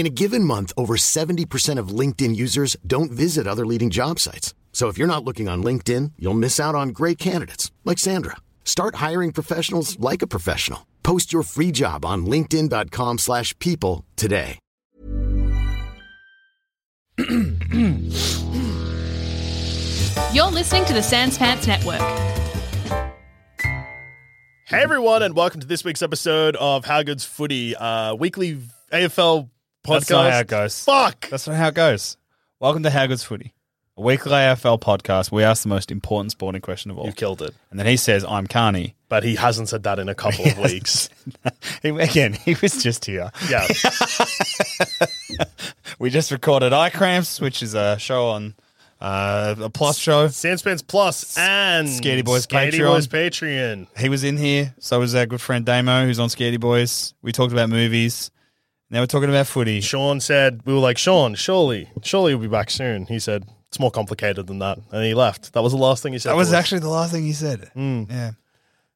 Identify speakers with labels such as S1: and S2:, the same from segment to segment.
S1: In a given month, over 70% of LinkedIn users don't visit other leading job sites. So if you're not looking on LinkedIn, you'll miss out on great candidates like Sandra. Start hiring professionals like a professional. Post your free job on linkedin.com/people slash people today.
S2: You're listening to the Sans Pants Network.
S3: Hey everyone, and welcome to this week's episode of How Good's Footy, uh, weekly AFL podcast.
S4: That's not how it goes.
S3: Fuck.
S4: That's not how it goes. Welcome to How Good's Footy, a weekly AFL podcast. We ask the most important sporting question of all.
S3: You killed it.
S4: and then he says, "I'm Carney."
S3: But he hasn't said that in a couple of weeks.
S4: He, again, he was just here.
S3: Yeah.
S4: We just recorded Eye Cramps, which is a show on uh, a plus show.
S3: Sandspans Plus and
S4: Scaredy Boys
S3: Scaredy
S4: Patreon.
S3: Boys Patreon.
S4: He was in here. So was our good friend Damo, who's on Scaredy Boys. We talked about movies. Now we're talking about footy.
S3: Sean said, we were like, Sean, surely, surely you'll be back soon. He said, it's more complicated than that. And he left. That was the last thing he said.
S4: That
S3: to
S4: was
S3: us.
S4: actually the last thing he said.
S3: Hmm.
S4: Yeah,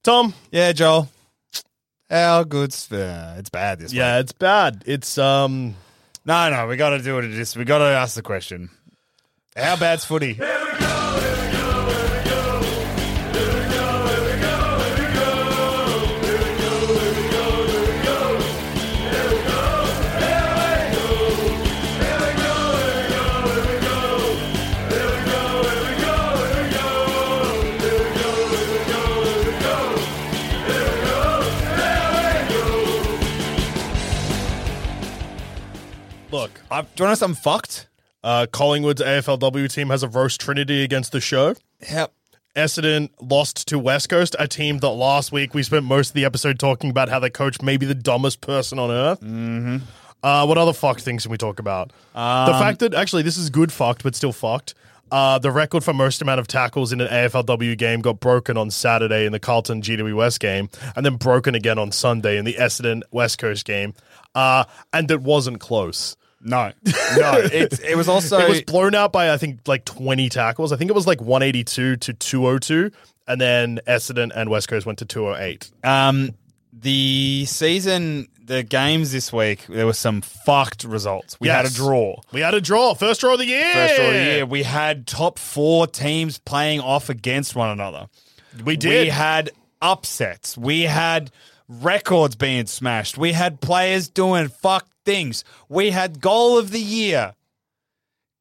S3: Tom.
S4: yeah, Joel. How good's uh, it's bad this week.
S3: Yeah, it's bad. It's um
S4: No, no, we got to do it. Just we got to ask the question: How bad's footy?
S3: look.
S4: I, do you want to know something fucked?
S3: Uh, Collingwood's AFLW team has a roast trinity against the show.
S4: Yep.
S3: Essendon lost to West Coast, a team that last week we spent most of the episode talking about how their coach may be the dumbest person on earth. Mm-hmm. Uh, what other fucked things can we talk about? the fact that actually this is good fucked, but still fucked. Uh, the record for most amount of tackles in an AFLW game got broken on Saturday in the Carlton GWS game, and then broken again on Sunday in the Essendon West Coast game. Uh, and it wasn't close.
S4: No, no. It, it was also
S3: it was blown out by I think like 20 tackles. I think it was like 182 to 202, and then Essendon and West Coast went to 208.
S4: um, the season, the games this week. There was some fucked results. We had a
S3: Yes.
S4: draw.
S3: We had a draw, first draw of the year.
S4: First of all, yeah, we had top four teams playing off against one another.
S3: We did.
S4: We had upsets. We had records being smashed. We had players doing fuck things. We had goal of the year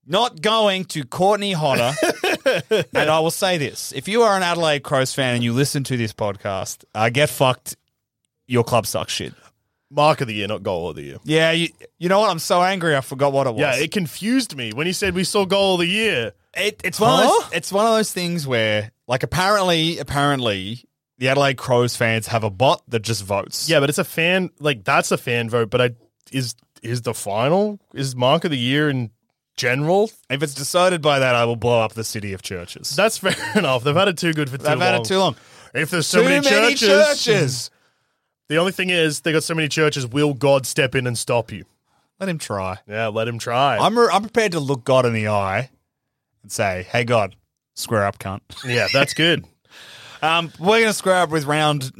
S4: not going to Courtney Hodder. and I will say this if you are an Adelaide Crows fan and you listen to this podcast, uh, get fucked. Your club sucks shit.
S3: Mark of the year, not goal of the year.
S4: Yeah, you, you know what? I'm so angry I forgot what it was.
S3: Yeah, it confused me when he said we saw goal of the year.
S4: It, it's one of
S3: Huh?
S4: those, it's one of those things where like apparently apparently the Adelaide Crows fans have a bot that just votes.
S3: Yeah, but it's a fan like that's a fan vote. But I is is the final is Mark of the year in general?
S4: If it's decided by that, I will blow up the city of churches.
S3: That's fair enough. They've had it too good for too
S4: I've
S3: long.
S4: had it too long.
S3: If there's so
S4: Too
S3: many,
S4: many
S3: churches,
S4: churches.
S3: the only thing is they got so many churches. Will God step in and stop you?
S4: Let him try.
S3: Yeah, let him try.
S4: I'm re- I'm prepared to look God in the eye and say, "Hey God, square up, cunt."
S3: yeah, that's good.
S4: Um, we're gonna square up with round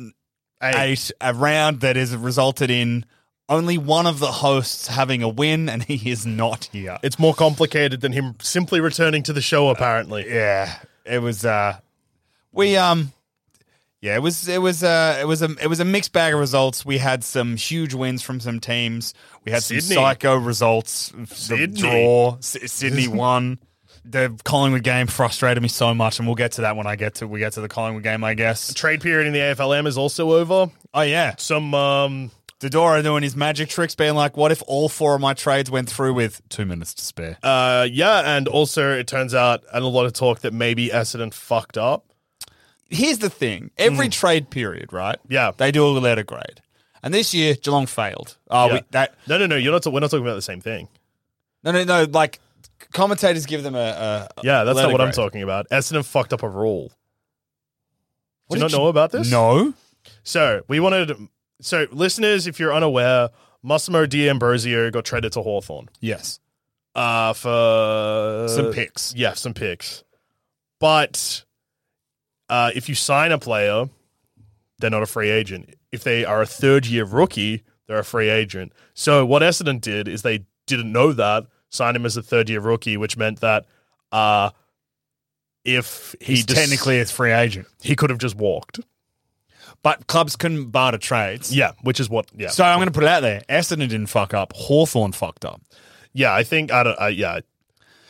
S4: eight.
S3: Hey,
S4: a round that has resulted in only one of the hosts having a win, and he is not here.
S3: it's more complicated than him simply returning to the show. Apparently,
S4: yeah, it was. uh We um, yeah, it was. It was. uh It was a. It was a mixed bag of results. We had some huge wins from some teams. We had some
S3: Sydney.
S4: psycho results. The
S3: Sydney.
S4: draw. S- Sydney won. The Collingwood game frustrated me so much, and we'll get to that when I get to we get to the Collingwood game, I guess.
S3: trade period in the AFLM is also over.
S4: Oh yeah,
S3: Some um,
S4: Dodora doing his magic tricks, being like, what if all four of my trades went through with two minutes to spare?
S3: Uh, yeah, and also it turns out, and a lot of talk that maybe Essendon fucked up.
S4: Here's the thing every trade period, right?
S3: Mm. Yeah.
S4: They do a letter grade. And this year, Geelong failed. Oh,
S3: Yeah.
S4: we, that
S3: No, no, no. You're not. We're not talking about the same thing.
S4: No, no, no. Like commentators give them a, a
S3: Yeah, that's not
S4: letter
S3: what I'm
S4: grade.
S3: talking about. Essendon fucked up a rule.
S4: What
S3: Do you
S4: did
S3: not know about this?
S4: No.
S3: So we wanted. So listeners, if you're unaware, Massimo D'Ambrosio got traded to Hawthorn.
S4: Yes.
S3: uh, for
S4: Some picks.
S3: Yeah, some picks. But uh, if you sign a player, they're not a free agent. If they are a third year rookie, they're a free agent. So what Essendon did is they didn't know that, signed him as a third year rookie, which meant that uh, if he
S4: He's
S3: des-
S4: technically a free agent,
S3: he could have just walked.
S4: but clubs couldn't barter trades.
S3: Yeah, which is what. Yeah,
S4: So I'm going to put it out there. Essendon didn't fuck up. Hawthorn fucked up.
S3: yeah. I think I don't. I, yeah,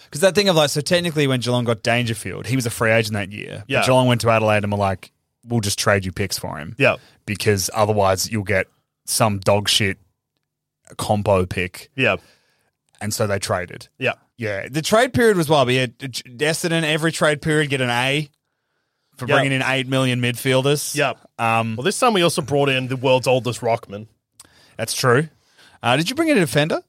S4: Because that thing of like, so technically when Geelong got Dangerfield, he was a free agent that year. But
S3: Yeah.
S4: Geelong went to Adelaide and were like, we'll just trade you picks for him.
S3: yeah,
S4: Because otherwise you'll get some dog shit combo pick.
S3: yeah,
S4: And so they traded.
S3: yeah.
S4: Yeah, the trade period was wild. But yeah, Essendon every trade period get an A for
S3: Yep.
S4: bringing in eight million midfielders.
S3: Yep.
S4: um,
S3: Well, this time we also brought in the world's oldest rockman.
S4: that's true. Uh, did you bring in a defender?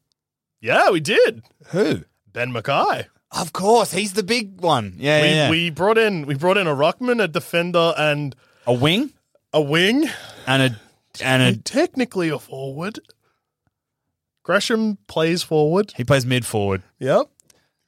S3: Yeah, we did.
S4: Who?
S3: Ben Mackay.
S4: Of course, he's the big one. Yeah,
S3: we,
S4: yeah, yeah.
S3: we brought in we brought in a ruckman, a defender, and
S4: a wing
S3: a wing,
S4: and a and a
S3: and technically a forward. Gresham plays forward.
S4: he plays mid forward.
S3: Yep.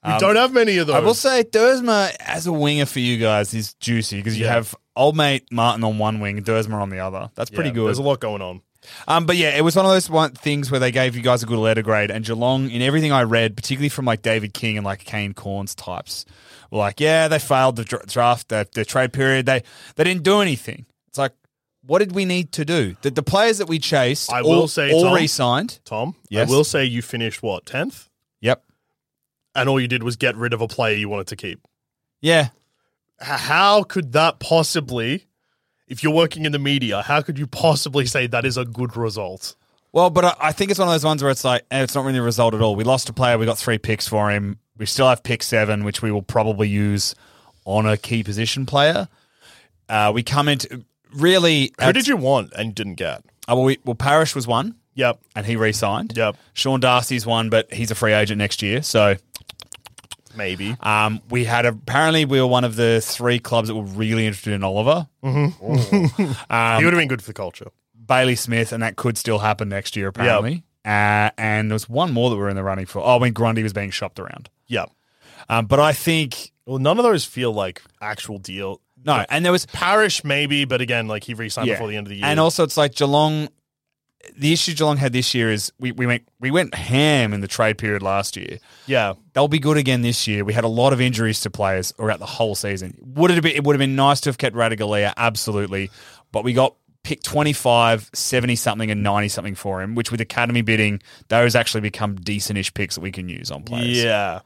S3: We don't have many of those.
S4: Um, I will say Dersma as a winger for you guys is juicy because you
S3: Yeah.
S4: have old mate Martin on one wing, Dersma on the other. That's
S3: Yeah,
S4: pretty good.
S3: There's a lot going on.
S4: Um, but yeah, it was one of those one things where they gave you guys a good letter grade, and Geelong, in everything I read, particularly from like David King and like Kane Corns types, were like, yeah, they failed the dra- draft, the, the trade period, they they didn't do anything. It's like, what did we need to do? The, the players that we chased,
S3: I will
S4: all,
S3: say,
S4: all
S3: Tom-
S4: re-signed.
S3: Tom,
S4: Yes.
S3: I will say you finished what, tenth?
S4: Yep.
S3: And all you did was get rid of a player you wanted to keep.
S4: Yeah.
S3: H- How could that possibly if you're working in the media, how could you possibly say that is a good result?
S4: Well, but I, I think it's one of those ones where it's like, eh, it's not really a result at all. We lost a player, we got three picks for him. We still have pick seven, which we will probably use on a key position player. Uh, we come into really.
S3: Who did you want and didn't get?
S4: Uh, well, we, well, Parrish was one,
S3: Yep.
S4: and he re-signed.
S3: Yep.
S4: Sean Darcy's one, but he's a free agent next year. So
S3: Maybe.
S4: um, we had apparently we were one of the three clubs that were really interested in Oliver Um,
S3: he would have been good for the culture.
S4: Bailey Smith, and that could still happen next year apparently. Uh, and there was one more that we were in the running for. Oh, when Grundy was being shopped around.
S3: Yep.
S4: Um, but I think
S3: Well, none of those feel like actual deal.
S4: no, and there was
S3: Parish maybe, but again, like he re-signed before the end of the year.
S4: And also, it's like Geelong. The issue Geelong had this year is we, we went we went ham in the trade period last year.
S3: yeah,
S4: They'll be good again this year. We had a lot of injuries to players throughout the whole season. Would it have been, it would have been nice to have kept Radigalia, absolutely, but we got pick 25, 70 something, and 90 something for him, which with academy bidding, those actually become decentish picks that we can use on players.
S3: yeah,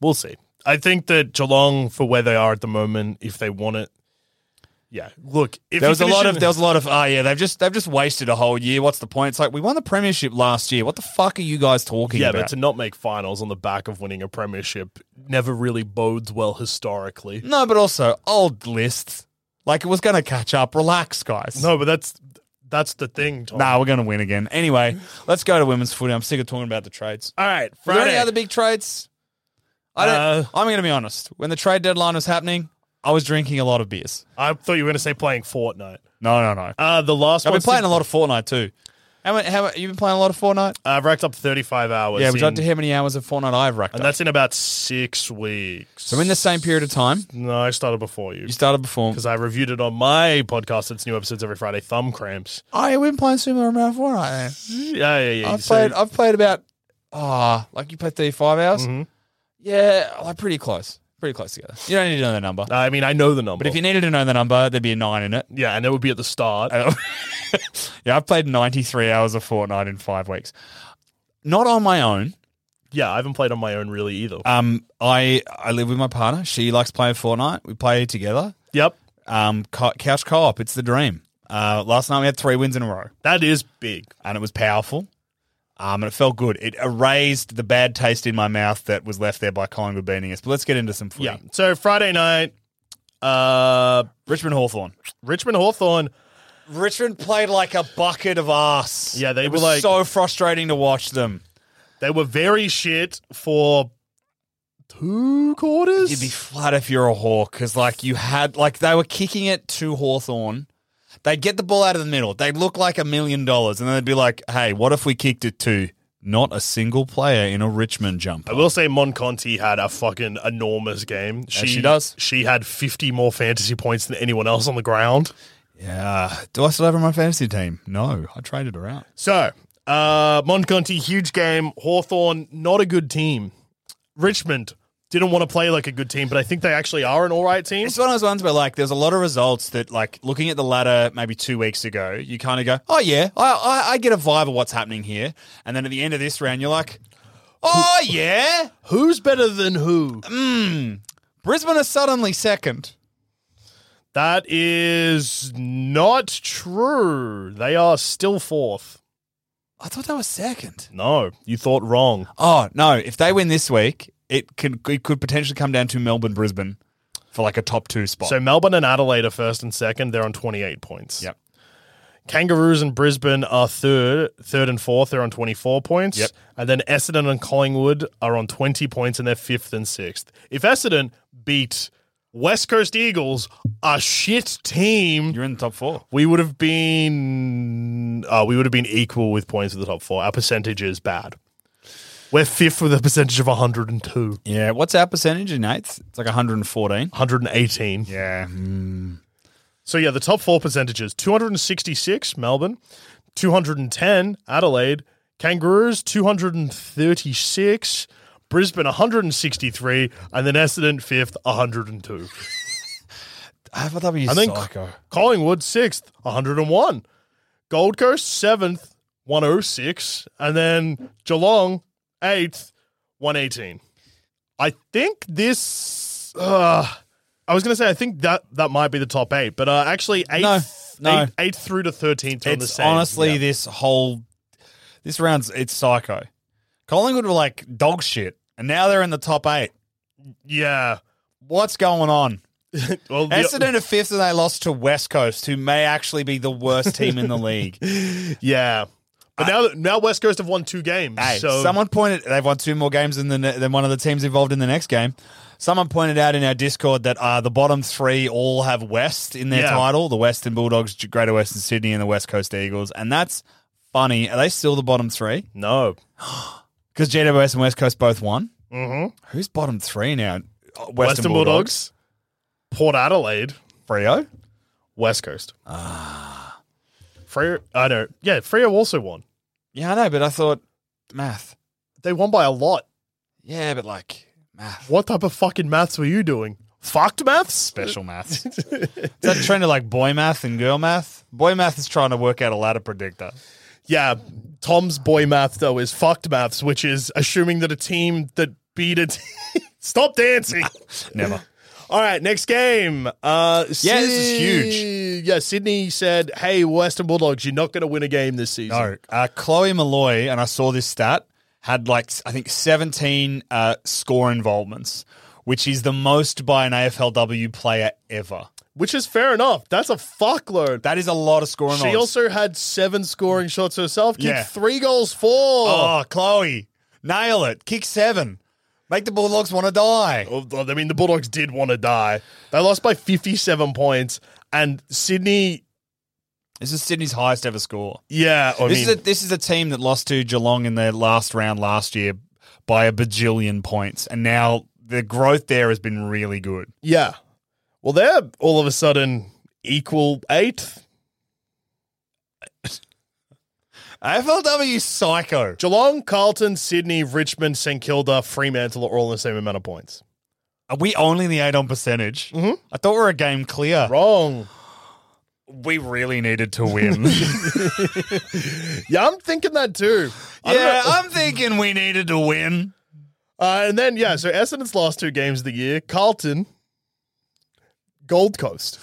S3: we'll see. I think that Geelong, for where they are at the moment, if they want it, yeah. Look, if
S4: There
S3: you
S4: was a
S3: finish
S4: lot
S3: in-
S4: of there was a lot of oh yeah they've just they've just wasted a whole year. What's the point? It's like we won the premiership last year. What the fuck are you guys talking
S3: yeah,
S4: about?
S3: but to not make finals on the back of winning a premiership never really bodes well historically.
S4: No, but also old lists. Like it was going to catch up. Relax, guys.
S3: No, but that's that's the thing. Tom.
S4: Nah, we're going to win again. Anyway, let's go to women's footy. I'm sick of talking about the trades.
S3: All right,
S4: Were there
S3: Friday.
S4: any other big trades? I don't,
S3: Uh,
S4: I'm going to be honest. When the trade deadline was happening, I was drinking a lot of beers.
S3: I thought you were going to say playing Fortnite.
S4: No, no, no.
S3: Uh, the last
S4: I've
S3: one.
S4: been playing a lot of Fortnite too. How many? How you been playing a lot of Fortnite?
S3: I've racked up thirty-five hours.
S4: yeah, would you like
S3: in-
S4: to hear how many hours of Fortnite I've racked
S3: And
S4: up?
S3: that's in about six weeks.
S4: So in the same period of time,
S3: No, I started before you
S4: you started before.
S3: because I reviewed it on my podcast. It's new episodes every Friday. Thumb cramps.
S4: I have Oh, been playing a similar amount of Fortnite.
S3: Yeah, yeah, yeah.
S4: I've
S3: So-
S4: played. I've played about ah, like you played thirty five hours. Yeah, like pretty close, pretty close together. You don't need to know the number,
S3: I mean, I know the number.
S4: but if you needed to know the number, there'd be a nine in it.
S3: yeah, and it would be at the start.
S4: Oh. yeah, I've played ninety three hours of Fortnite in five weeks, not on my own.
S3: yeah, I haven't played on my own really either.
S4: Um, I I live with my partner. She likes playing Fortnite. We play together.
S3: yep.
S4: Um, co- couch co op. It's the dream. Uh, last night we had three wins in a row,
S3: That is big.
S4: and it was powerful. Um, and it felt good. It erased the bad taste in my mouth that was left there by Collingwood beating us. But let's get into some footy.
S3: Yeah. So Friday night, uh,
S4: Richmond Hawthorn.
S3: Richmond Hawthorn.
S4: Richmond played like a bucket of ass.
S3: Yeah, they
S4: It
S3: were
S4: was
S3: like-
S4: so frustrating to watch them.
S3: They were very shit for two quarters.
S4: You'd be flat if you're a hawk because, like, you had like they were kicking it to Hawthorn. They'd get the ball out of the middle. They'd look like a million dollars, and then they'd be like, "Hey, what if we kicked it to not a single player in a Richmond jumper?"
S3: I will say Mon Conti had a fucking enormous game. She,
S4: she does.
S3: She had 50 more fantasy points than anyone else on the ground.
S4: Yeah. Do I still have her on my fantasy team? No, I traded her out.
S3: So, uh, Mon Conti, huge game. Hawthorn, not a good team. Richmond didn't want to play like a good team, but I think they actually are an all right team.
S4: It's one of those ones where, like, there's a lot of results that, like, looking at the ladder maybe two weeks ago, you kind of go, "Oh yeah, I, I I get a vibe of what's happening here," and then at the end of this round, you're like, "Oh yeah." hmm,
S3: Who's better than who?
S4: Brisbane are suddenly second.
S3: That is not true. They are still fourth.
S4: I thought they were second.
S3: No, you thought wrong.
S4: Oh no! If they win this week, it could it could potentially come down to Melbourne, Brisbane, for like a top two spot.
S3: So Melbourne and Adelaide are first and second. They're on 28 points.
S4: Yep.
S3: Kangaroos and Brisbane are third, third and fourth. They're on 24 points.
S4: Yep.
S3: And then Essendon and Collingwood are on 20 points and they're fifth and sixth. If Essendon beat West Coast Eagles, a shit team,
S4: you're in the top four.
S3: we would have been uh, we would have been equal with points at the top four. Our percentage is bad. We're fifth with a percentage of 102,
S4: Yeah. What's our percentage in eighth? It's like 114.
S3: 118.
S4: Yeah. mm.
S3: So yeah, the top four percentages: two hundred and sixty-six Melbourne, two hundred and ten Adelaide, Kangaroos two hundred and thirty-six, Brisbane one hundred and sixty-three, and then Essendon fifth, one hundred and two.
S4: I thought that'd be
S3: I think
S4: psycho.
S3: Collingwood sixth, one hundred and one, Gold Coast seventh, one hundred six, and then Geelong eighth, one eighteen. I think this. Uh, I was going to say I think that that might be the top eight, but uh, actually eighth,
S4: No, no.
S3: eighth, eighth through to thirteenth on the
S4: It's
S3: same.
S4: honestly
S3: Yeah.
S4: this whole this round's it's psycho. Collingwood were like dog shit, and now they're in the top eight.
S3: yeah.
S4: What's going on?
S3: Well, the-
S4: Essendon are fifth, and they lost to West Coast, who may actually be the worst team in the league.
S3: yeah. But now, now West Coast have won two games.
S4: Hey,
S3: so
S4: someone pointed they've won two more games than the, ne- than one of the teams involved in the next game. Someone pointed out in our Discord that uh, the bottom three all have West in their
S3: Yeah.
S4: title: the Western Bulldogs, J- Greater Western Sydney, and the West Coast Eagles. And that's funny. Are they still the bottom three?
S3: no,
S4: Because GWS and West Coast both won. Mm-hmm. Who's bottom three now? Uh, Western,
S3: Western Bulldogs, Port Adelaide,
S4: Frio.
S3: West Coast. Ah. Freo, I know. Yeah, Freo also won.
S4: Yeah, I know, but I thought math.
S3: They won by a lot.
S4: Yeah, but like math,
S3: What type of fucking maths were you doing? Fucked maths?
S4: special math. Is that trend of like boy math and girl math? Boy math is trying to work out a ladder predictor.
S3: Yeah. Tom's boy math, though, is fucked maths, which is assuming that a team that beat it. Stop dancing.
S4: Never.
S3: All right, next game. Uh,
S4: Yeah, this is huge.
S3: Syd- Yeah, Sydney said, hey, Western Bulldogs, you're not going to win a game this season.
S4: No, uh, Chloe Malloy, and I saw this stat, had like, I think, 17 uh, score involvements, which is the most by an AFLW player ever.
S3: Which is fair enough. That's a fuckload.
S4: That is a lot of score
S3: she
S4: involvements.
S3: also had seven scoring shots herself, kicked
S4: Yeah.
S3: three goals, four.
S4: Oh, Chloe, nail it. Kick seven. Make the Bulldogs want to die.
S3: Well, Oh, I mean, the Bulldogs did want to die. They lost by 57 points, and Sydney,
S4: This is Sydney's highest ever score.
S3: yeah, I
S4: this,
S3: mean,
S4: is a, this is a team that lost to Geelong in their last round last year by a bajillion points. And now the growth there has been really good.
S3: yeah. Well, they're all of a sudden equal eighth.
S4: AFLW psycho.
S3: Geelong, Carlton, Sydney, Richmond, St Kilda, Fremantle are all in the same amount of points.
S4: Are Uh, we only the eight on percentage? Mm-hmm. I thought we were a game clear.
S3: Wrong.
S4: We really needed to win.
S3: Yeah, I'm thinking that too. I don't know.
S4: yeah, I'm thinking we needed to win.
S3: Uh, and then, yeah, so Essendon's lost two games of the year. Carlton, Gold Coast.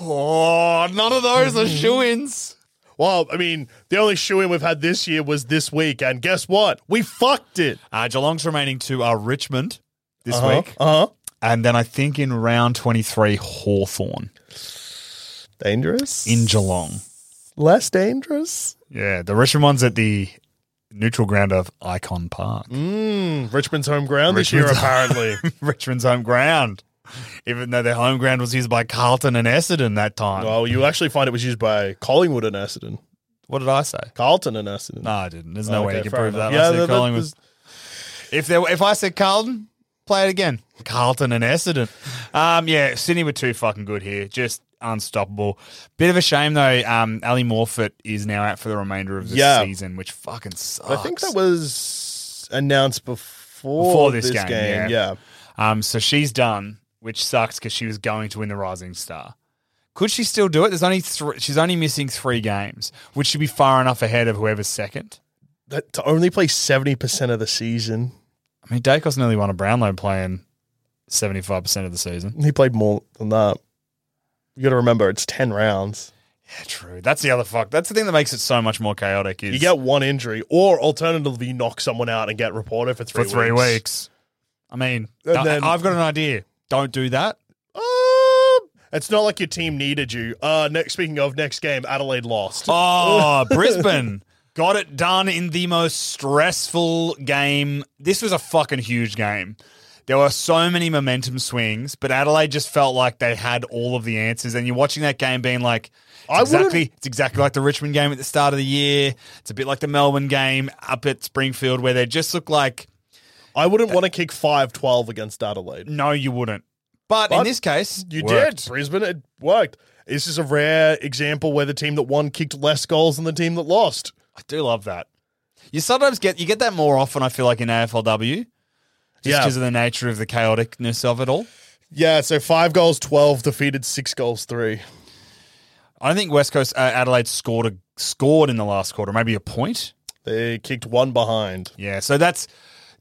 S4: Oh, none of those are shoe ins.
S3: Well, I mean, the only shoe in we've had this year was this week, and guess what? We fucked it.
S4: Uh, Geelong's remaining to uh, Richmond this week.
S3: Uh huh.
S4: And then I think in round 23, Hawthorn
S3: Dangerous.
S4: in Geelong.
S3: Less dangerous.
S4: Yeah, the Richmond one's at the neutral ground of Icon Park.
S3: Mm, Richmond's home ground this year,
S4: Richmond's-
S3: apparently.
S4: Richmond's home ground, even though their home ground was used by Carlton and Essendon that time.
S3: well, you actually find it was used by Collingwood and Essendon,
S4: what did I say?
S3: Carlton and Essendon.
S4: No, I didn't. There's no way
S3: Oh, Okay,
S4: you can
S3: fair
S4: prove
S3: enough.
S4: that. I
S3: Yeah,
S4: said
S3: that- that-
S4: Collingwood.
S3: this-
S4: if there, if I said Carlton, play it again. Carlton and Essendon. Um, yeah, Sydney were too fucking good here. Just unstoppable. Bit of a shame though. Um, Ali Morfitt is now out for the remainder of the
S3: Yeah.
S4: season, which fucking sucks.
S3: I think that was announced before,
S4: Before
S3: this,
S4: this
S3: game. yeah.
S4: game, yeah. Um, so she's done, which sucks because she was going to win the Rising Star. Could she still do it? There's only three, she's only missing three games. Would she be far enough ahead of whoever's second?
S3: That, to only play 70% of the season,
S4: I mean, Dacos nearly won a Brownlow playing seventy five percent of the season.
S3: he played more than that. You got to remember, it's 10 rounds.
S4: Yeah, true. That's the other fuck. That's the thing that makes it so much more chaotic. Is
S3: You get one injury, or alternatively, you knock someone out and get reported for
S4: for
S3: three
S4: three weeks.
S3: weeks.
S4: I mean,
S3: And
S4: I-
S3: then-
S4: I've got an idea. Don't do that.
S3: Um, it's not like your team needed you. Uh, next, speaking of next game, Adelaide lost.
S4: Oh, Brisbane got it done in the most stressful game. This was a fucking huge game. There were so many momentum swings, but Adelaide just felt like they had all of the answers. And you're watching that game being like,
S3: I
S4: it's exactly,
S3: wouldn't-
S4: it's exactly like the Richmond game at the start of the year. It's a bit like the Melbourne game up at Springfield, where they just look like,
S3: I wouldn't want to kick 5 12 against Adelaide.
S4: no, you wouldn't. But,
S3: But
S4: in this case,
S3: You
S4: worked.
S3: did. Brisbane, it worked. This is a rare example where the team that won kicked less goals than the team that lost.
S4: I do love that. You sometimes get you get that more often. I feel like in AFLW, just
S3: Yeah.
S4: because of the nature of the chaoticness of it all.
S3: Yeah, so five goals, 12, defeated six goals, three.
S4: I don't think West Coast uh, Adelaide scored a, scored in the last quarter, maybe a point.
S3: They kicked one behind.
S4: Yeah, so that's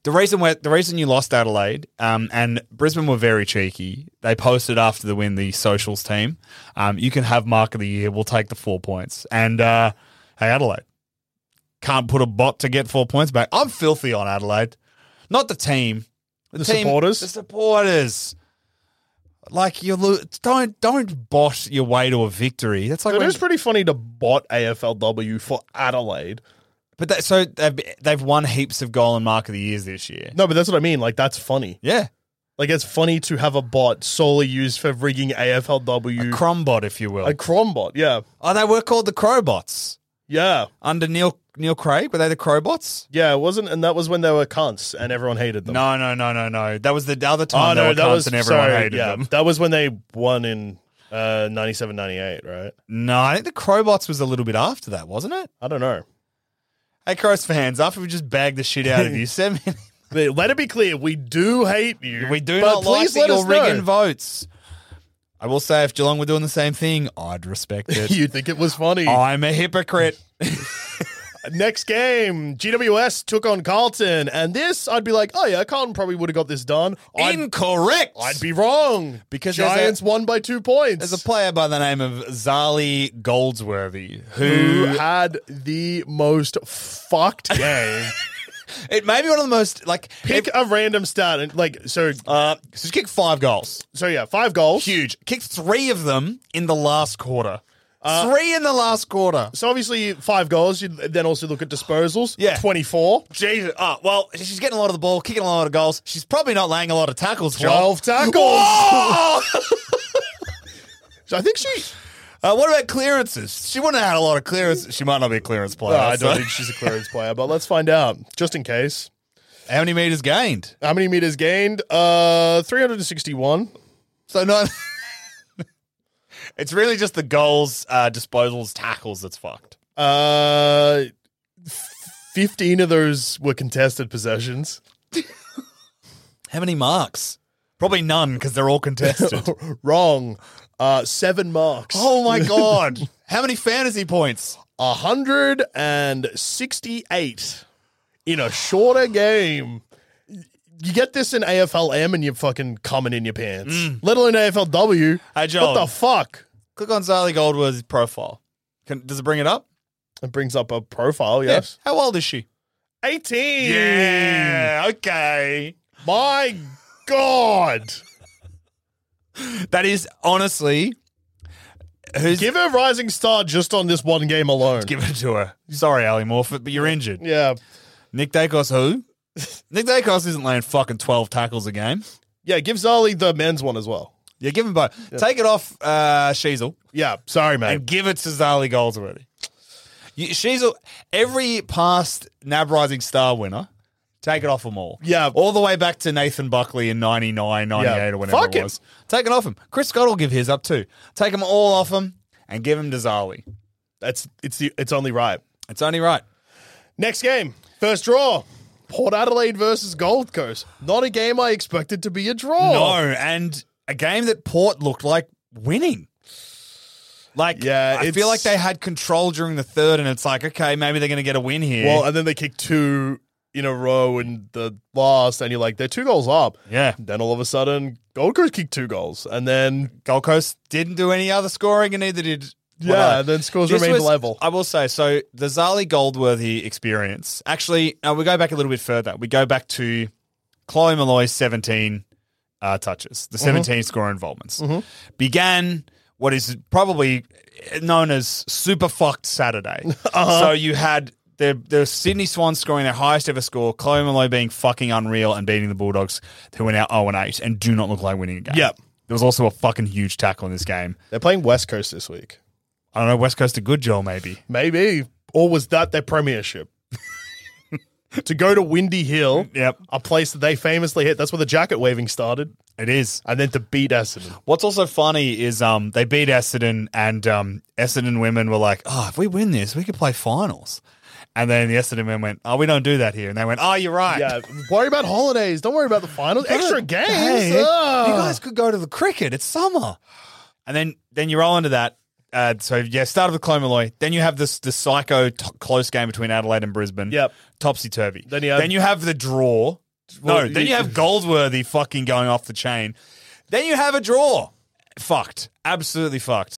S4: the reason where the reason you lost Adelaide um, and Brisbane were very cheeky. They posted after the win the socials team. Um, you can have mark of the year. We'll take the four points. And uh, hey, Adelaide can't put a bot to get four points back. I'm filthy on Adelaide, not the team.
S3: The
S4: team-
S3: supporters?
S4: The supporters. Like you lo- don't don't bot your way to a victory. That's like
S3: It
S4: when-
S3: is pretty funny to bot AFLW for Adelaide.
S4: But that, so they've, they've won heaps of goal and mark of the years this year.
S3: No, but that's what I mean. Like, that's funny.
S4: Yeah.
S3: Like, it's funny to have a bot solely used for rigging
S4: A
S3: AFLW.
S4: Crombot, if you will.
S3: a Crombot, yeah.
S4: oh, they were called the Crowbots
S3: Yeah.
S4: under Neil Neil Craig. Were they the Crowbots?
S3: Yeah, it wasn't, and that was when they were cunts and everyone hated them.
S4: No, no, no, no, no. That was the other
S3: oh
S4: time they
S3: no,
S4: were
S3: that
S4: cunts
S3: was
S4: and everyone
S3: sorry,
S4: hated
S3: yeah,
S4: them.
S3: That was when they won in uh, 97, 98, right?
S4: No, I think the Crowbots was a little bit after that, wasn't it?
S3: I don't know.
S4: Hey, Crows fans, after we just bagged the shit out of you, send me.
S3: They- Let it be clear, we do hate you.
S4: We do
S3: but
S4: not like
S3: please
S4: that
S3: let
S4: you're
S3: us know.
S4: rigging votes. I will say, if Geelong were doing the same thing, I'd respect it.
S3: You'd think it was funny.
S4: I'm a hypocrite.
S3: Next game, GWS took on Carlton, and this I'd be like, oh yeah, Carlton probably would have got this done. I'd,
S4: Incorrect.
S3: I'd be wrong
S4: Because there's a-
S3: Giants won by two points.
S4: There's a player by the name of Zali Goldsworthy
S3: who
S4: who
S3: had the most fucked game?
S4: it may be one of the most like
S3: Pick
S4: if-
S3: a random stat and like so.
S4: uh, so she kicked five goals,
S3: So yeah, five goals.
S4: huge. Kicked three of them in the last quarter. three in the last quarter.
S3: So obviously five goals. You then also look at disposals.
S4: Yeah.
S3: twenty-four.
S4: Jesus. Ah, well, she's getting a lot of the ball, kicking a lot of goals. She's probably not laying a lot of tackles. Flo.
S3: 12 tackles.
S4: Whoa!
S3: So I think she.
S4: uh, what about clearances? She wouldn't have had a lot of clearances. She might not be a clearance player.
S3: Uh, I
S4: so-
S3: don't think she's a clearance player, but let's find out just in case.
S4: How many meters gained?
S3: How many meters gained? Uh, three hundred and sixty-one.
S4: So no, it's really just the goals, uh, disposals, tackles that's fucked.
S3: Uh, fifteen of those were contested possessions.
S4: How many marks? Probably none because they're all contested.
S3: Wrong. Uh, seven marks.
S4: oh my god! How many fantasy points?
S3: hundred and sixty-eight in a shorter game. You get this in AFLM and you're fucking coming in your pants. Let alone AFLW.
S4: Mm. Hey,
S3: what
S4: Joel.
S3: the fuck?
S4: Click on Sally Goldwood's profile. Can, does it bring it up?
S3: It brings up a profile, yes.
S4: Yeah. How old is she?
S3: 18.
S4: Okay.
S3: My God.
S4: That is honestly. Who's
S3: Give her Rising Star just on this one game alone.
S4: Give it to her. Sorry, Ali Morfitt, but you're injured.
S3: yeah.
S4: Nick Dacos, who? Nick Dacos isn't laying fucking 12 tackles a game.
S3: Yeah, give Zali the men's one as well.
S4: Yeah, give him both. Take it off uh, Sheasel
S3: Yeah, sorry, mate.
S4: and give it to Zali Goals already. You, Sheasel, every past NAB Rising Star winner, take it off them all.
S3: Yeah.
S4: All the way back to Nathan Buckley in 99, 98
S3: Yeah.
S4: or whenever
S3: Fuck
S4: it
S3: him.
S4: was. Take it off him. Chris Scott will give his up too. Take them all off him and give him to Zali.
S3: That's it's the, it's only right.
S4: It's only right.
S3: Next game, first draw. Port Adelaide versus Gold Coast. Not a game I expected to be a draw.
S4: No, and a game that Port looked like winning. Like,
S3: Yeah,
S4: I
S3: it's-
S4: feel like they had control during the third, and it's like, okay, maybe they're going to get a win here.
S3: Well, and then they kick two in a row in the last, and you're like, they're two goals up.
S4: Yeah.
S3: Then all of a sudden, Gold Coast kicked two goals, and then
S4: Gold Coast didn't do any other scoring, and neither did.
S3: Yeah,
S4: Whatever.
S3: and then scores
S4: This
S3: remained
S4: was-
S3: level.
S4: I will say so. The Zali Goldworthy experience. Actually, no, we go back a little bit further. We go back to Chloe Malloy's seventeen uh, touches, the 17 score involvements, began what is probably known as Super Fucked Saturday. So you had the, the Sydney Swans scoring their highest ever score, Chloe Malloy being fucking unreal and beating the Bulldogs, who are now 0 8 and do not look like winning a game.
S3: Yep.
S4: There was also a fucking huge tackle in this game.
S3: they're playing West Coast this week.
S4: I don't know, West Coast a good job, maybe.
S3: Maybe. Or was that their premiership? to go to Windy Hill,
S4: Yep.
S3: a place that they famously hit. That's where the jacket waving started.
S4: It is.
S3: And then to beat Essendon.
S4: What's also funny is um, they beat Essendon, and um, Essendon women were like, "Oh, if we win this, we could play finals." And then the Essendon men went, "Oh, we don't do that here." And they went, "Oh, you're right.
S3: Yeah. worry about holidays. Don't worry about the finals. Extra games.
S4: Hey,
S3: Ugh.
S4: You guys could go to the cricket. It's summer." And then then you roll into that. Uh, so yeah, started with Chloe Malloy. Then you have this the psycho t- close game between Adelaide and Brisbane.
S3: Yep.
S4: topsy turvy.
S3: Then you have-
S4: then you have the draw.
S3: Well,
S4: no, then
S3: you-
S4: you have Goldsworthy fucking going off the chain. Then you have a draw. Fucked. Absolutely fucked.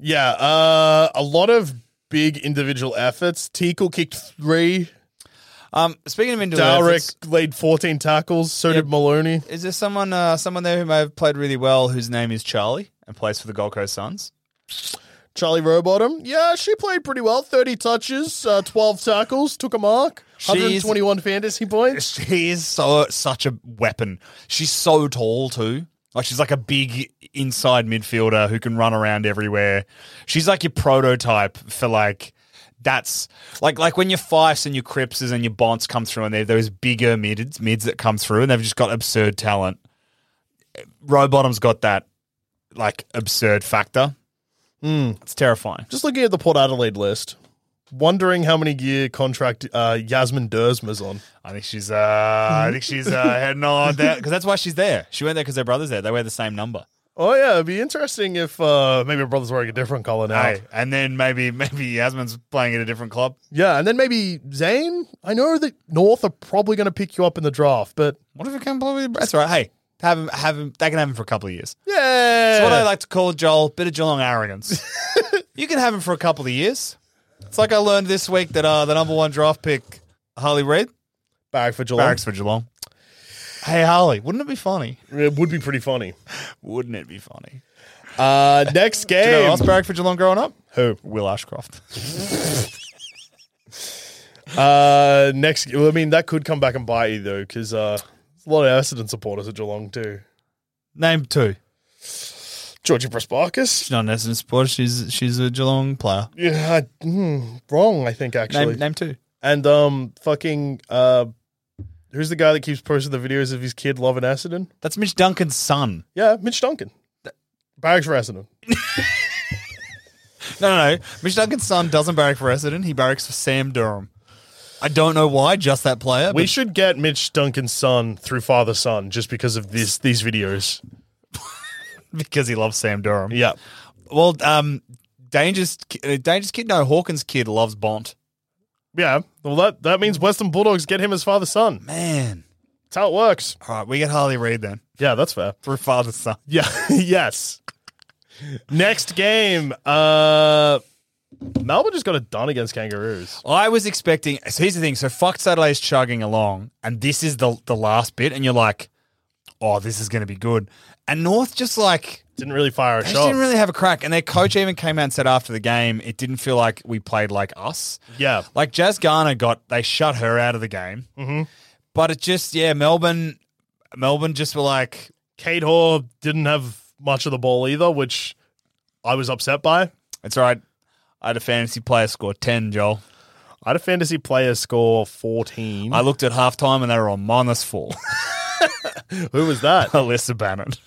S3: Yeah, uh, a lot of big individual efforts. Tickle kicked three.
S4: Um, speaking of individual efforts,
S3: Dowrick laid 14 tackles. So did Maloney.
S4: is there someone uh, someone there who may have played really well whose name is Charlie and plays for the Gold Coast Suns?
S3: Charlie Rowbottom. Yeah, she played pretty well. 30 touches, uh, 12 tackles, took a mark.
S4: She's-
S3: 121 fantasy points.
S4: She is so such a weapon. She's so tall too. Like she's like a big inside midfielder who can run around everywhere. She's like your prototype for like that's like like when your Fifes and your Cripses and your Bonts come through and they're those bigger mids mids that come through and they've just got absurd talent. Rowbottom's got that like absurd factor.
S3: Hmm.
S4: It's terrifying.
S3: Just looking at the Port Adelaide list, wondering how many year contract uh, Yasmin Dersma's on.
S4: I think she's uh I think she's uh heading on there because that's why she's there. She went there because their brother's there. They wear the same number.
S3: Oh, yeah, it'd be interesting if uh, maybe her brother's wearing a different color now.
S4: Hey, and then maybe maybe Yasmin's playing at a different club.
S3: Yeah, and then maybe Zane. I know that North are probably going to pick you up in the draft, but
S4: What if it can play with That's all right. Hey, have him have him they can have him for a couple of years.
S3: yeah.
S4: That's what I like to call Joel, bit of Geelong arrogance. you can have him for a couple of years. It's like I learned this week that uh the number one draft pick, Harley Reid,
S3: Barrack for Geelong.
S4: barracks for Geelong. Hey, Harley, wouldn't it be funny?
S3: It would be pretty funny.
S4: Wouldn't it be funny?
S3: Uh, next
S4: Do you know who
S3: game.
S4: else barracked for Geelong growing up?
S3: Who?
S4: Will Ashcroft.
S3: Uh, next. Well, I mean, that could come back and bite you though, because uh, there's a lot of Essendon supporters at Geelong too.
S4: Name two.
S3: Georgie Prasparkas.
S4: She's not an Essendon supporter. She's she's a Geelong player.
S3: Yeah, I, hmm, wrong. I think actually.
S4: Name, name two.
S3: And um, fucking uh, who's the guy that keeps posting the videos of his kid loving Essendon?
S4: That's Mitch Duncan's son.
S3: Yeah, Mitch Duncan. Barracks for Essendon.
S4: No, no, no. Mitch Duncan's son doesn't barrack for Essendon. He barracks for Sam Durham. I don't know why. Just that player.
S3: We
S4: but
S3: should get Mitch Duncan's son through father son just because of this these videos.
S4: because he loves Sam Durham.
S3: Yeah.
S4: Well, um, Danger's uh, Danger's kid. No, Hawkins' kid loves Bont.
S3: Yeah. Well that that means Western Bulldogs get him as father son.
S4: Man.
S3: That's how it works.
S4: All right, we get Harley Reid then
S3: Yeah, that's fair.
S4: for father son.
S3: Yeah. yes. Next game. Uh Melbourne just got it done against kangaroos.
S4: I was expecting. So here's the thing. So fuck Saturday's chugging along, and this is the the last bit, and you're like, oh, this is going to be good. And North just like
S3: Didn't really fire a
S4: they just
S3: shot.
S4: didn't really have a crack, and their coach even came out and said after the game, it didn't feel like we played like us.
S3: yeah.
S4: Like Jazz Garner got they shut her out of the game, mm-hmm. but it just yeah Melbourne, Melbourne just were like
S3: Kate Hoare didn't have much of the ball either, which I was upset by.
S4: it's all right. I had a fantasy player score ten, Joel.
S3: Mm-hmm. I had a fantasy player score 14.
S4: I looked at halftime and they were on minus four.
S3: Who was that?
S4: Alyssa Bennett.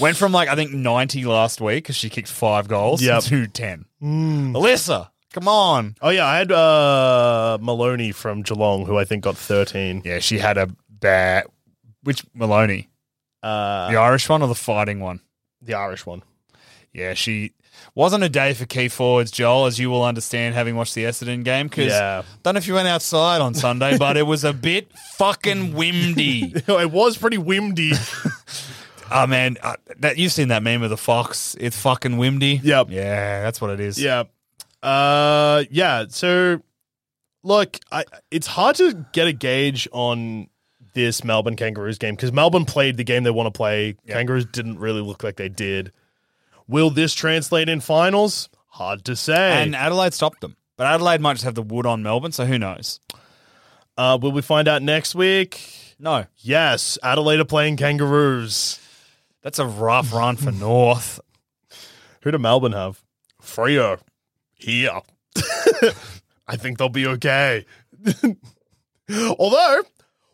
S4: Went from like I think 90 last week because she kicked five goals
S3: Yep. Mm.
S4: to 10. Alyssa, come on.
S3: Oh yeah, I had uh, Maloney from Geelong, who I think got thirteen.
S4: Yeah, she had a bad. Which Maloney?
S3: Uh,
S4: The Irish one or the fighting one?
S3: the Irish one.
S4: Yeah, she wasn't a day for key forwards, Joel, as you will understand having watched the Essendon game. Because
S3: Yeah.
S4: don't know if you went outside on Sunday, but it was a bit fucking windy.
S3: it was pretty windy.
S4: Oh man, uh, that you've seen that meme of the fox. It's fucking windy.
S3: Yep.
S4: Yeah, that's what it is.
S3: yeah, uh, yeah. So, look, I, it's hard to get a gauge on this Melbourne Kangaroos game because Melbourne played the game they want to play. Kangaroos didn't really look like they did. Will this translate in finals? Hard to say.
S4: And Adelaide stopped them. But Adelaide might just have the wood on Melbourne, so who knows?
S3: uh, will we find out next week?
S4: No.
S3: Yes, Adelaide are playing Kangaroos.
S4: That's a rough run for North.
S3: Who do Melbourne have? Freo. Here. I think they'll be okay. Although,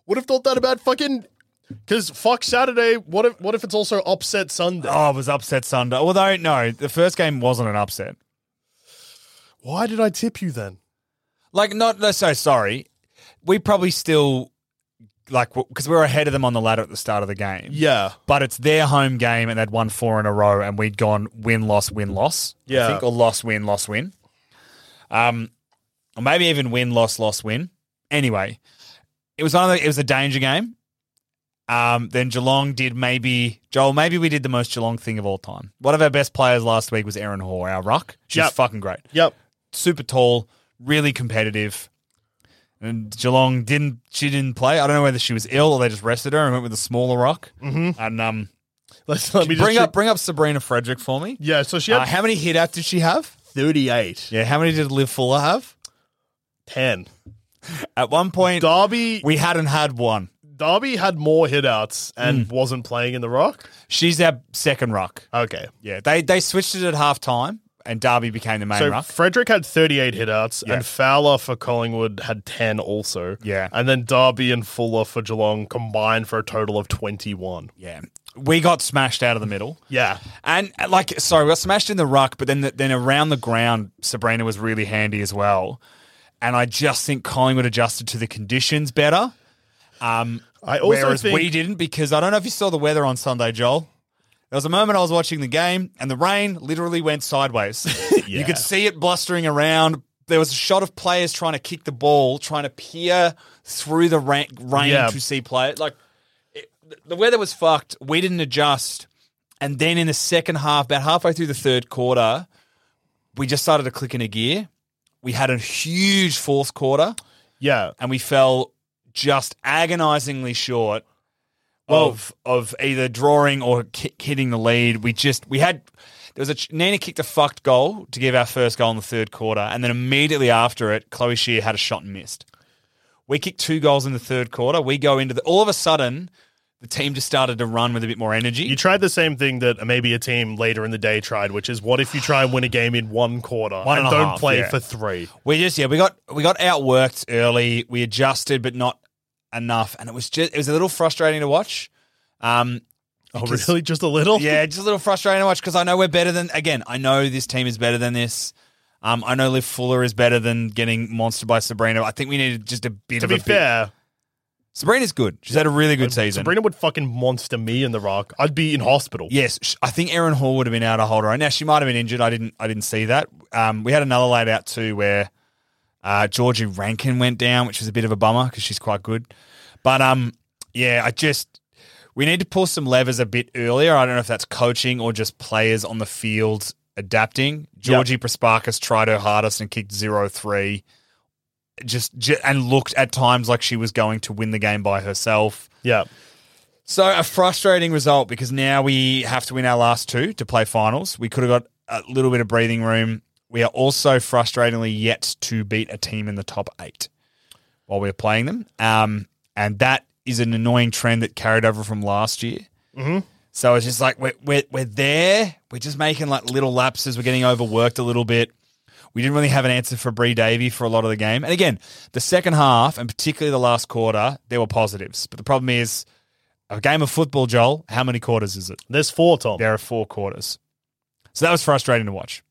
S3: would have thought that about fucking because fuck Saturday. What if what if it's also upset Sunday?
S4: Oh, it was upset Sunday. Although, no, the first game wasn't an upset.
S3: Why did I tip you then?
S4: Like, not, no, so sorry. We probably still, like, because we were ahead of them on the ladder at the start of the game.
S3: Yeah.
S4: But it's their home game, and they'd won four in a row, and we'd gone win, loss, win, loss.
S3: Yeah.
S4: I think, or loss, win, loss, win. Um, or maybe even win, loss, loss, win. Anyway, it was one of the, it was a danger game. Um, then Geelong did maybe Joel. Maybe we did the most Geelong thing of all time. One of our best players last week was Erin Hoare, our ruck. She's
S3: Yep.
S4: fucking great,
S3: Yep.
S4: super tall, really competitive. And Geelong didn't she didn't play. I don't know whether she was ill or they just rested her and went with a smaller rock. Mm-hmm. And um,
S3: Let's let me just
S4: bring up bring up Sabrina Frederick for me.
S3: Yeah. So she
S4: Uh,
S3: had
S4: how many hit outs did she have?
S3: thirty eight.
S4: Yeah, how many did Liv Fuller have?
S3: Ten.
S4: At one point,
S3: Derby.
S4: we hadn't had one.
S3: Derby had more hitouts and wasn't playing in the rock.
S4: She's our second rock.
S3: Okay.
S4: Yeah, they they switched it at half time, and Derby became the main
S3: So
S4: ruck.
S3: Frederick had 38 hitouts,
S4: Yeah.
S3: and Fowler for Collingwood had 10 also.
S4: Yeah.
S3: And then Derby and Fuller for Geelong combined for a total of 21.
S4: yeah, we got smashed out of the middle.
S3: Yeah.
S4: And uh, like, sorry, we got smashed in the ruck, but then then around the ground, Sabrina was really handy as well. And I just think Collingwood adjusted to the conditions better. Um,
S3: I also
S4: whereas
S3: think-
S4: we didn't because I don't know if you saw the weather on Sunday, Joel. There was a moment I was watching the game and the rain literally went sideways. You could see it blustering around. There was a shot of players trying to kick the ball, trying to peer through the ra- rain
S3: Yeah.
S4: to see play. Like it, the weather was fucked. We didn't adjust. And then in the second half, about halfway through the third quarter, we just started to click in a gear. We had a huge fourth quarter
S3: Yeah.
S4: and we fell just agonizingly short. of of either drawing or ki- hitting the lead. We just we had there was a ch- Nina kicked a fucked goal to give our first goal in the third quarter, and then immediately after it, Chloe Shear had a shot and missed. We kicked two goals in the third quarter. We go into the all of a sudden. The team just started to run with a bit more energy.
S3: You tried the same thing that maybe a team later in the day tried, which is what if you try and win a game in one quarter
S4: One
S3: and
S4: and a
S3: don't
S4: half,
S3: play
S4: yeah.
S3: for three?
S4: We just yeah, we got we got outworked early. We adjusted, but not enough, and it was just it was a little frustrating to watch. Um,
S3: Oh,
S4: because-
S3: really? Just a little?
S4: yeah, just a little frustrating to watch because I know we're better than. Again, I know this team is better than this. Um, I know Liv Fuller is better than getting monstered by Sabrina. I think we needed just a bit
S3: To
S4: of a
S3: be
S4: bit-
S3: fair, um,
S4: Sabrina's good. She's had a really good season.
S3: Sabrina would fucking monster me in the rock. I'd be in hospital.
S4: Yes, sh- I think Erin Hall would have been out to hold her own. Now she might have been injured. I didn't. I didn't see that. Um, we had another laid out too where uh, Georgie Rankin went down, which was a bit of a bummer because she's quite good. But um, yeah, I just we need to pull some levers a bit earlier. I don't know if that's coaching or just players on the field adapting. Georgie Prasparkas tried her hardest and kicked zero three. Just, ju- and looked at times like she was going to win the game by herself.
S3: Yeah.
S4: So a frustrating result because now we have to win our last two to play finals. We could have got a little bit of breathing room. We are also frustratingly yet to beat a team in the top eight while we're playing them, um, and that is an annoying trend that carried over from last year. Mm-hmm. So it's just like we're, we're we're there. We're just making like little lapses. We're getting overworked a little bit. We didn't really have an answer for Bree Davy for a lot of the game. And again, the second half and particularly the last quarter, there were positives. But the problem is a game of football, Joel, how many quarters is it?
S3: There's four, Tom.
S4: There are four quarters. So that was frustrating to watch.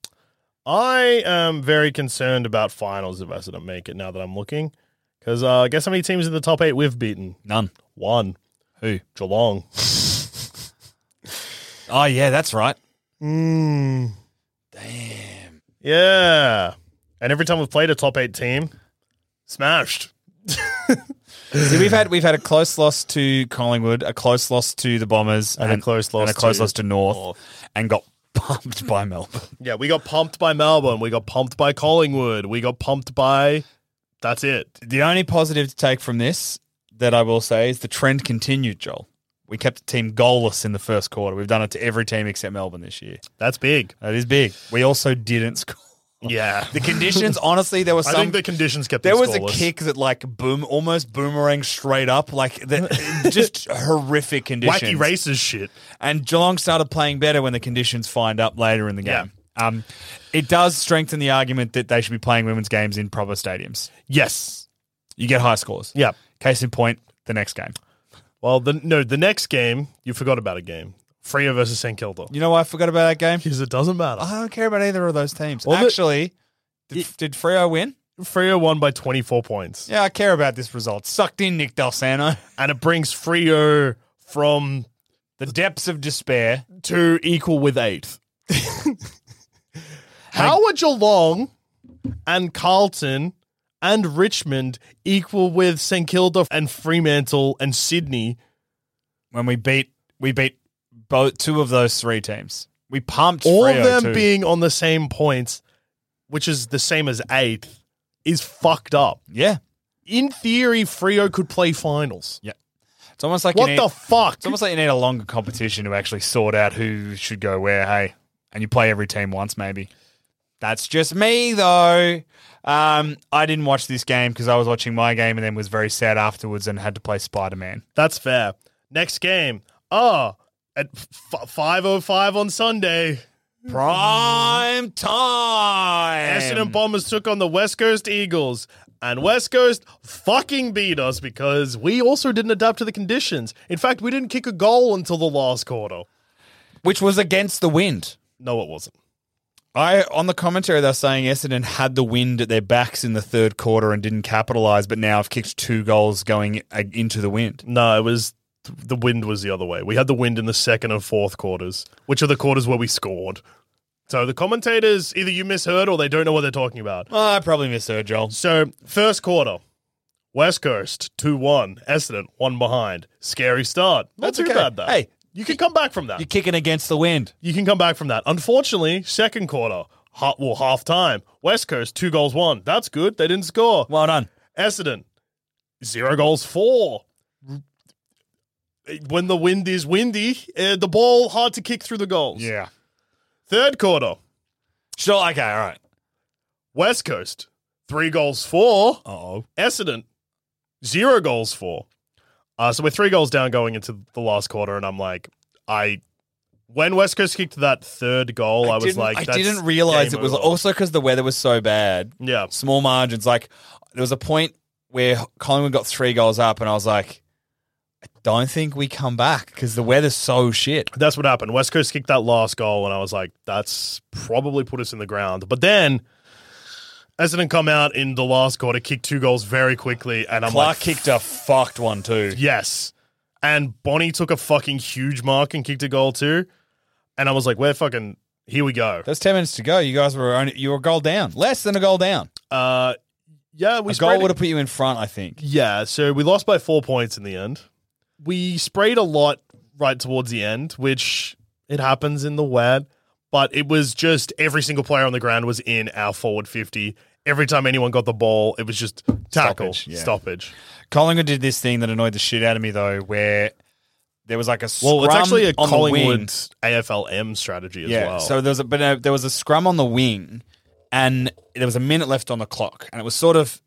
S3: I am very concerned about finals if I sort of make it now that I'm looking. Because uh, guess how many teams in the top eight we've beaten?
S4: None.
S3: One.
S4: Who?
S3: Geelong.
S4: Oh, yeah, that's right. Hmm.
S3: Mm. Damn. Yeah. And every time we've played a top eight team, smashed.
S4: See, we've had we've had a close loss to Collingwood, a close loss to the Bombers,
S3: And a close loss
S4: and a close
S3: to-
S4: loss to North, and got pumped by Melbourne.
S3: Yeah, we got pumped by Melbourne. We got pumped by Collingwood. We got pumped by. That's it.
S4: The only positive to take from this that I will say is the trend continued, Joel. We kept the team goalless in the first quarter. We've done it to every team except Melbourne this year.
S3: That's big.
S4: That is big. We also didn't score.
S3: Yeah.
S4: The conditions, honestly, there was
S3: I
S4: some.
S3: think the conditions kept
S4: There
S3: them
S4: was a
S3: scoreless.
S4: kick that like boom, almost boomerang straight up, like the, just horrific conditions.
S3: Wacky races shit.
S4: And Geelong started playing better when the conditions fined up later in the
S3: Yeah.
S4: game. Um, it does strengthen the argument that they should be playing women's games in proper stadiums.
S3: Yes.
S4: You get high scores.
S3: Yeah.
S4: Case in point, the next game.
S3: Well, the no, the next game you forgot about a game. Freo versus St Kilda.
S4: You know why I forgot about that game?
S3: Because it doesn't matter.
S4: I don't care about either of those teams.
S3: Well, the-
S4: Actually, did, did Freo win?
S3: Freo won by 24 points,
S4: Yeah, I care about this result. Sucked in Nick Dalsano.
S3: and it brings Freo from
S4: The depths of despair.
S3: to equal with eighth. How are Geelong and Carlton and Richmond equal with St Kilda and Fremantle and Sydney?
S4: when we beat we beat both two of those three teams. We pumped
S3: All
S4: Freo
S3: of them
S4: too.
S3: being on the same points, which is the same as eighth, is fucked up.
S4: yeah.
S3: In theory, Frio could play finals.
S4: It's almost like
S3: what
S4: you need,
S3: the fuck?
S4: It's almost like you need a longer competition to actually sort out who should go where. Hey, and you play every team once, maybe. That's just me though. Um, I didn't watch this game because I was watching my game and then was very sad afterwards and had to play Spider Man.
S3: That's fair. Next game. Oh, at f- 5.05 on Sunday.
S4: Prime time.
S3: Essendon Bombers took on the West Coast Eagles, and West Coast fucking beat us because we also didn't adapt to the conditions. In fact, we didn't kick a goal until the last quarter.
S4: which was against the wind.
S3: No, it wasn't.
S4: I on the commentary they're saying Essendon had the wind at their backs in the third quarter and didn't capitalize, but now have kicked two goals going uh, into the wind.
S3: No, it was the wind was the other way. We had the wind in the second and fourth quarters, which are the quarters where we scored. So the commentators either you misheard or they don't know what they're talking about.
S4: Oh, I probably misheard, Joel.
S3: So first quarter, West Coast two one, Essendon one behind. Scary start. Not
S4: That's
S3: too
S4: okay.
S3: bad though.
S4: Hey,
S3: you can come back from that.
S4: You're kicking against the wind.
S3: you can come back from that. Unfortunately, second quarter, half, well, half time, West Coast, two goals, one. That's good. They didn't score.
S4: Well done.
S3: Essendon, zero goals, four. when the wind is windy, uh, the ball hard to kick through the goals.
S4: Yeah.
S3: Third quarter,
S4: Sure. Okay. All right.
S3: West Coast, three goals for.
S4: Oh.
S3: Essendon, zero goals for. Uh, so we're three goals down going into the last quarter, and I'm like, I. When West Coast kicked that third goal, I, was like,
S4: I
S3: that's
S4: didn't realize
S3: game
S4: it was
S3: over.
S4: also because the weather was so bad.
S3: Yeah.
S4: Small margins. Like there was a point where Collingwood got three goals up, and I was like, I don't think we come back because the weather's so shit.
S3: That's what happened. West Coast kicked that last goal, and I was like, that's probably put us in the ground. But then Essendon come out in the last quarter, kicked two goals very quickly, and I'm
S4: Clark
S3: like,
S4: kicked a fucked one too.
S3: yes. And Bonnie took a fucking huge mark and kicked a goal too. And I was like, we're fucking, here we go.
S4: There's ten minutes to go. You guys were only, you were a goal down, less than a goal down.
S3: Uh, yeah, we
S4: a goal
S3: sprayed
S4: would have put you in front, I think.
S3: Yeah, so we lost by four points in the end. We sprayed a lot right towards the end, which it happens in the wet, but it was just every single player on the ground was in our forward 50. Every time anyone got the ball, it was just tackle,
S4: Stoppage,
S3: stoppage.
S4: yeah. Collingwood did this thing that annoyed the shit out of me though, where there was like a scrum
S3: Well, it's actually a
S4: on the wing.
S3: Collingwood AFLM strategy as
S4: yeah.
S3: well.
S4: So there was a but uh, there was a scrum on the wing, and there was a minute left on the clock, and it was sort of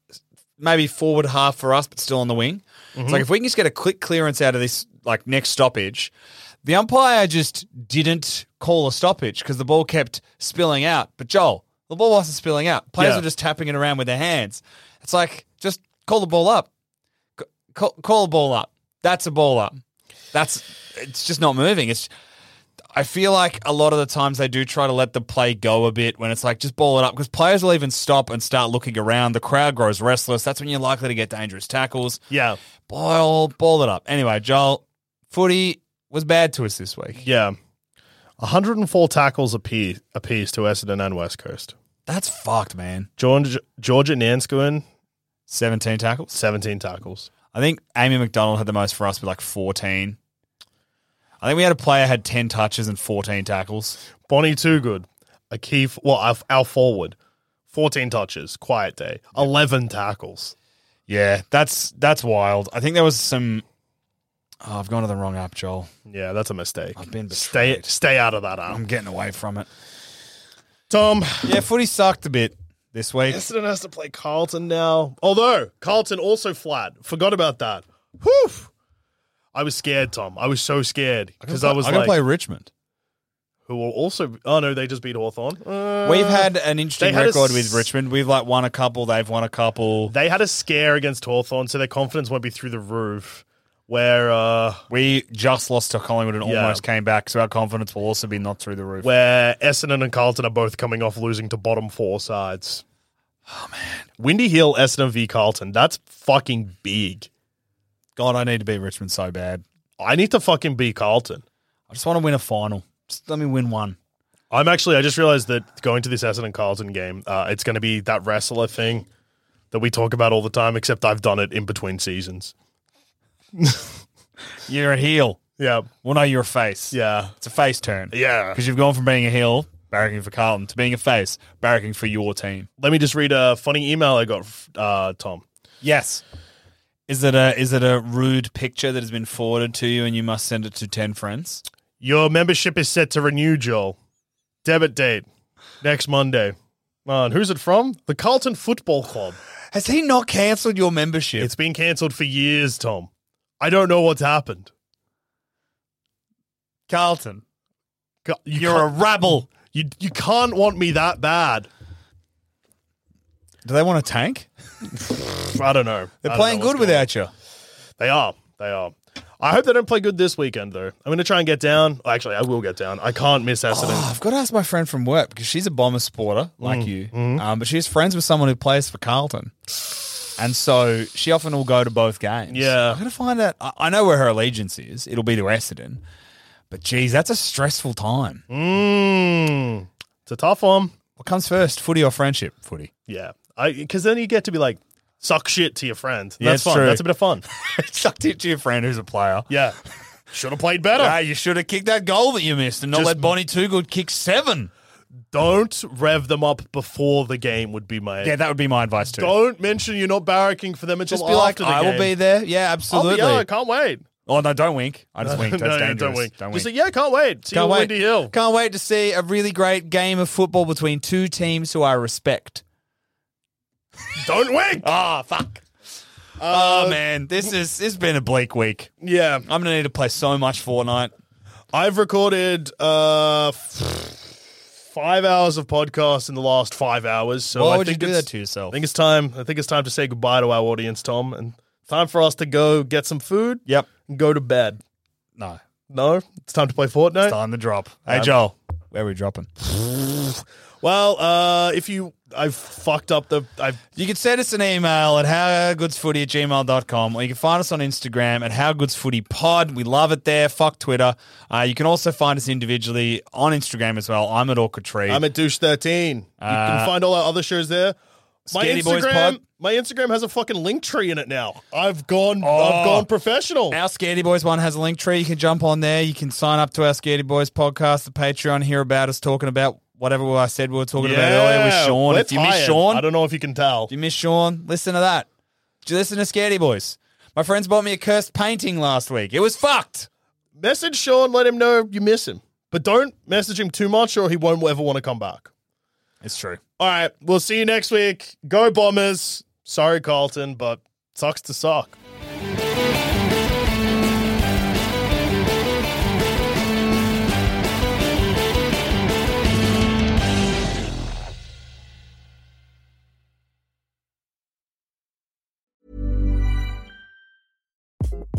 S4: maybe forward half for us, but still on the wing. It's like if we can just get a quick clearance out of this like next stoppage, the umpire just didn't call a stoppage because the ball kept spilling out. But Joel, the ball wasn't spilling out. Players
S3: Yeah.
S4: were just tapping it around with their hands. It's like just call the ball up, C- call, call a ball up. That's a ball up. That's it's just not moving. It's I feel like a lot of the times they do try to let the play go a bit when it's like just ball it up because players will even stop and start looking around. The crowd grows restless. That's when you're likely to get dangerous tackles.
S3: yeah,
S4: Ball, ball it up. Anyway, Joel, footy was bad to us this week.
S3: yeah. 104 tackles apiece, apiece to Essendon and West Coast.
S4: That's fucked, man.
S3: Georgia, Georgia Nanskuin,
S4: 17 tackles.
S3: 17 tackles.
S4: I think Amy McDonald had the most for us with like 14. I think we had a player had 10 touches and 14 tackles.
S3: Bonnie Toogood, a key, f- well, our, our forward, 14 touches, quiet day, 11 tackles.
S4: Yeah, that's that's wild. I think there was some Oh, I've gone to the wrong app, Joel.
S3: Yeah, that's a mistake.
S4: I've been
S3: stay,
S4: betrayed.
S3: stay out of that arm.
S4: I'm getting away from it.
S3: Tom,
S4: Yeah, footy sucked a bit this week.
S3: Essendon has to play Carlton now. Although, Carlton also flat. Forgot about that. Whew. I was scared, Tom. I was so scared because I was
S4: I'm
S3: like,
S4: gonna play Richmond.
S3: who will also, oh no, they just beat Hawthorn.
S4: We've had an interesting
S3: they had a
S4: record
S3: s-
S4: with Richmond. We've like won a couple. They've won a couple.
S3: They had a scare against Hawthorn, so their confidence won't be through the roof. Where, uh,
S4: We just lost to Collingwood and
S3: Yeah.
S4: almost came back, so our confidence will also be not through the roof.
S3: where Essendon and Carlton are both coming off losing to bottom four sides. Oh man, Windy Hill, Essendon v Carlton. That's fucking big.
S4: God, I need to beat Richmond so bad.
S3: I need to fucking beat Carlton.
S4: I just want to win a final. Just let me win one.
S3: I'm actually. I just realized that going to this Essendon Carlton game, uh, it's going to be that wrestler thing that we talk about all the time. Except I've done it in between seasons.
S4: You're a heel.
S3: Yeah,
S4: Well, no, you're a face.
S3: yeah,
S4: It's a face turn.
S3: yeah.
S4: Because you've gone from being a heel, barracking for Carlton, to being a face, barracking for your team.
S3: Let me just read a funny email I got. f- Uh, Tom.
S4: Yes. Is it a is it a rude picture that has been forwarded to you and you must send it to ten friends?
S3: Your membership is set to renew, Joel. Debit date next Monday. Uh, and who's it from? The Carlton Football Club.
S4: Has he not cancelled your membership?
S3: It's been cancelled for years, Tom. I don't know what's happened.
S4: Carlton.
S3: Ca- You
S4: You're a
S3: can't-
S4: rabble.
S3: You, you can't want me that bad.
S4: Do they want to tank?
S3: I don't know.
S4: They're
S3: I don't
S4: playing
S3: know what's going
S4: good
S3: on.
S4: without you.
S3: They are. They are. I hope they don't play good this weekend, though. I'm going to try and get down. Actually, I will get down. I can't miss Essendon.
S4: Oh, I've got to ask my friend from work because she's a bomber supporter like
S3: Mm.
S4: you, um, but she's friends with someone who plays for Carlton, and so she often will go to both games.
S3: Yeah.
S4: I'm gonna find out. I, I know where her allegiance is. It'll be to Essendon, but geez, that's a stressful time.
S3: Mm. It's a tough one.
S4: What comes first, footy or friendship? Footy.
S3: Yeah. Because then you get to be like, suck shit to your friend. That's
S4: Yeah, it's
S3: fun.
S4: true.
S3: That's a bit of fun.
S4: Sucked it to your friend who's a player.
S3: Yeah. Should have played better.
S4: Ah, you should have kicked that goal that you missed and not
S3: Just-
S4: let Bonnie Toogood kick seven.
S3: Don't rev them up before the game would be my
S4: Yeah, that would be my advice too.
S3: Don't mention you're not barracking for them until
S4: Just be like,
S3: after the
S4: I
S3: game.
S4: will be there. Yeah,
S3: I'll be-
S4: absolutely.
S3: yeah, I can't wait.
S4: Oh no, don't wink. I just winked. That's
S3: No, no,
S4: dangerous.
S3: don't wink.
S4: Don't
S3: Just say,
S4: wink.
S3: yeah, can't wait. See you
S4: Can't
S3: on
S4: wait.
S3: Windy Hill.
S4: Can't wait to see a really great game of football between two teams who I respect.
S3: Don't wink. Uh,
S4: Ah, fuck. oh man, this is it's been a bleak week.
S3: Yeah.
S4: I'm gonna need to play so much Fortnite.
S3: I've recorded uh, f- five hours of podcast in the last five hours. So
S4: Why
S3: I
S4: would you
S3: think
S4: do
S3: it's-
S4: that to yourself?
S3: I think it's time. I think it's time to say goodbye to our audience, Tom, and time for us to go get some food.
S4: Yep.
S3: And go to bed.
S4: No,
S3: No, it's time to play Fortnite.
S4: time to drop.
S3: Um,
S4: Hey Joel, where are we dropping?
S3: Well, uh, if you, I've fucked up the. I've
S4: You can send us an email at howgoodsfooty at gmail.com or you can find us on Instagram at howgoodsfootypod. We love it there. Fuck Twitter. Uh, you can also find us individually on Instagram as well. I'm at Orca Tree.
S3: I'm at douche thirteen. you can find all our other shows there. My
S4: Scaredy
S3: Instagram,
S4: Uh, Boys Pod.
S3: my Instagram has a fucking link tree in it now. I've gone,
S4: Oh.
S3: I've gone professional.
S4: Our Scaredy Boys one has a link tree. You can jump on there. You can sign up to our Scaredy Boys podcast, the Patreon, hear about us talking about whatever I said we were talking about earlier with Sean.
S3: we're
S4: If you miss
S3: tired.
S4: Sean,
S3: I don't know if you can tell.
S4: If you miss Sean, listen to that. Did you listen to Scaredy Boys? My friends bought me a cursed painting last week. It was fucked.
S3: Message Sean, let him know you miss him, but don't message him too much, or he won't ever want to come back.
S4: It's true.
S3: All right, we'll see you next week. Go Bombers! Sorry, Carlton, but sucks to suck.